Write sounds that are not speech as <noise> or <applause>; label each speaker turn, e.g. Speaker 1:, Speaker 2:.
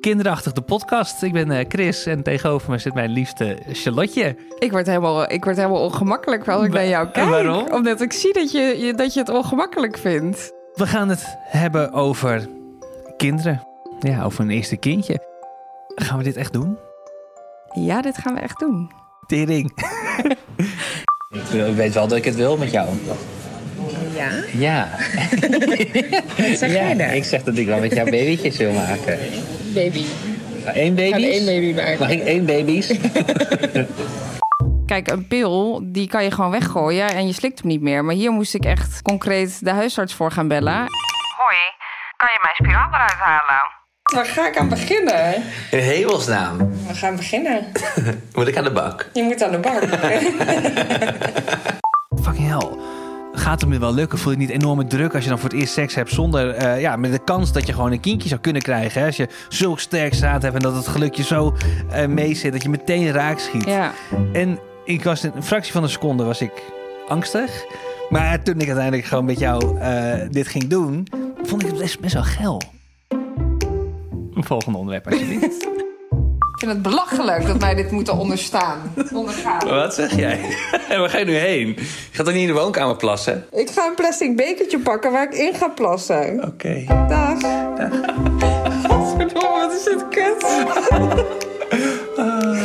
Speaker 1: Kinderachtig de podcast. Ik ben eh, Chris en tegenover me zit mijn liefste Charlotte.
Speaker 2: Ik word helemaal, ik word helemaal ongemakkelijk als ik
Speaker 1: Wa-
Speaker 2: naar jou kijk.
Speaker 1: waarom?
Speaker 2: Omdat ik zie dat je, je- dat je het ongemakkelijk vindt.
Speaker 1: We gaan het hebben over kinderen. Ja, over een eerste kindje. Gaan we dit echt doen?
Speaker 2: Ja, dit gaan we echt doen.
Speaker 1: Tering.
Speaker 3: <laughs> Ik weet wel dat ik het wil met jou.
Speaker 2: Ja?
Speaker 3: Ja.
Speaker 2: Zeg
Speaker 3: ja. Ik zeg dat ik wel met jou babytjes wil maken.
Speaker 2: baby.
Speaker 3: Eén baby?
Speaker 2: baby
Speaker 3: Mag ik één baby's?
Speaker 2: Kijk, een pil, die kan je gewoon weggooien en je slikt hem niet meer. Maar hier moest ik echt concreet de huisarts voor gaan bellen.
Speaker 4: Hoi, kan je mijn spiraal eruit halen?
Speaker 2: Waar ga ik aan beginnen?
Speaker 5: In hemelsnaam
Speaker 2: We gaan beginnen.
Speaker 5: moet ik aan de bak.
Speaker 2: Je moet aan de bak.
Speaker 1: Fucking hell. Gaat het me wel lukken? Voel je niet enorme druk als je dan voor het eerst seks hebt zonder... eh, ja, met de kans dat je gewoon een kindje zou kunnen krijgen. Hè? Als je zulk sterk zaad hebt en dat het gelukje zo eh mee zit dat je meteen raak schiet.
Speaker 2: <laughs> ja.
Speaker 1: En ik was in een fractie van een seconde was ik angstig. Maar toen ik uiteindelijk gewoon met jou eh, dit ging doen, vond ik het best, best wel geil. Een volgende onderwerp <laughs> alsjeblieft.
Speaker 2: Ik vind het belachelijk dat wij dit moeten onderstaan. Ondergaan.
Speaker 5: Wat zeg jij? En <laughs> waar ga je nu heen? Je gaat dan niet in de woonkamer plassen?
Speaker 2: Ik ga een plastic bekertje pakken waar ik in ga plassen.
Speaker 5: Oké.
Speaker 2: Dag. Godverdomme, wat is dit kut.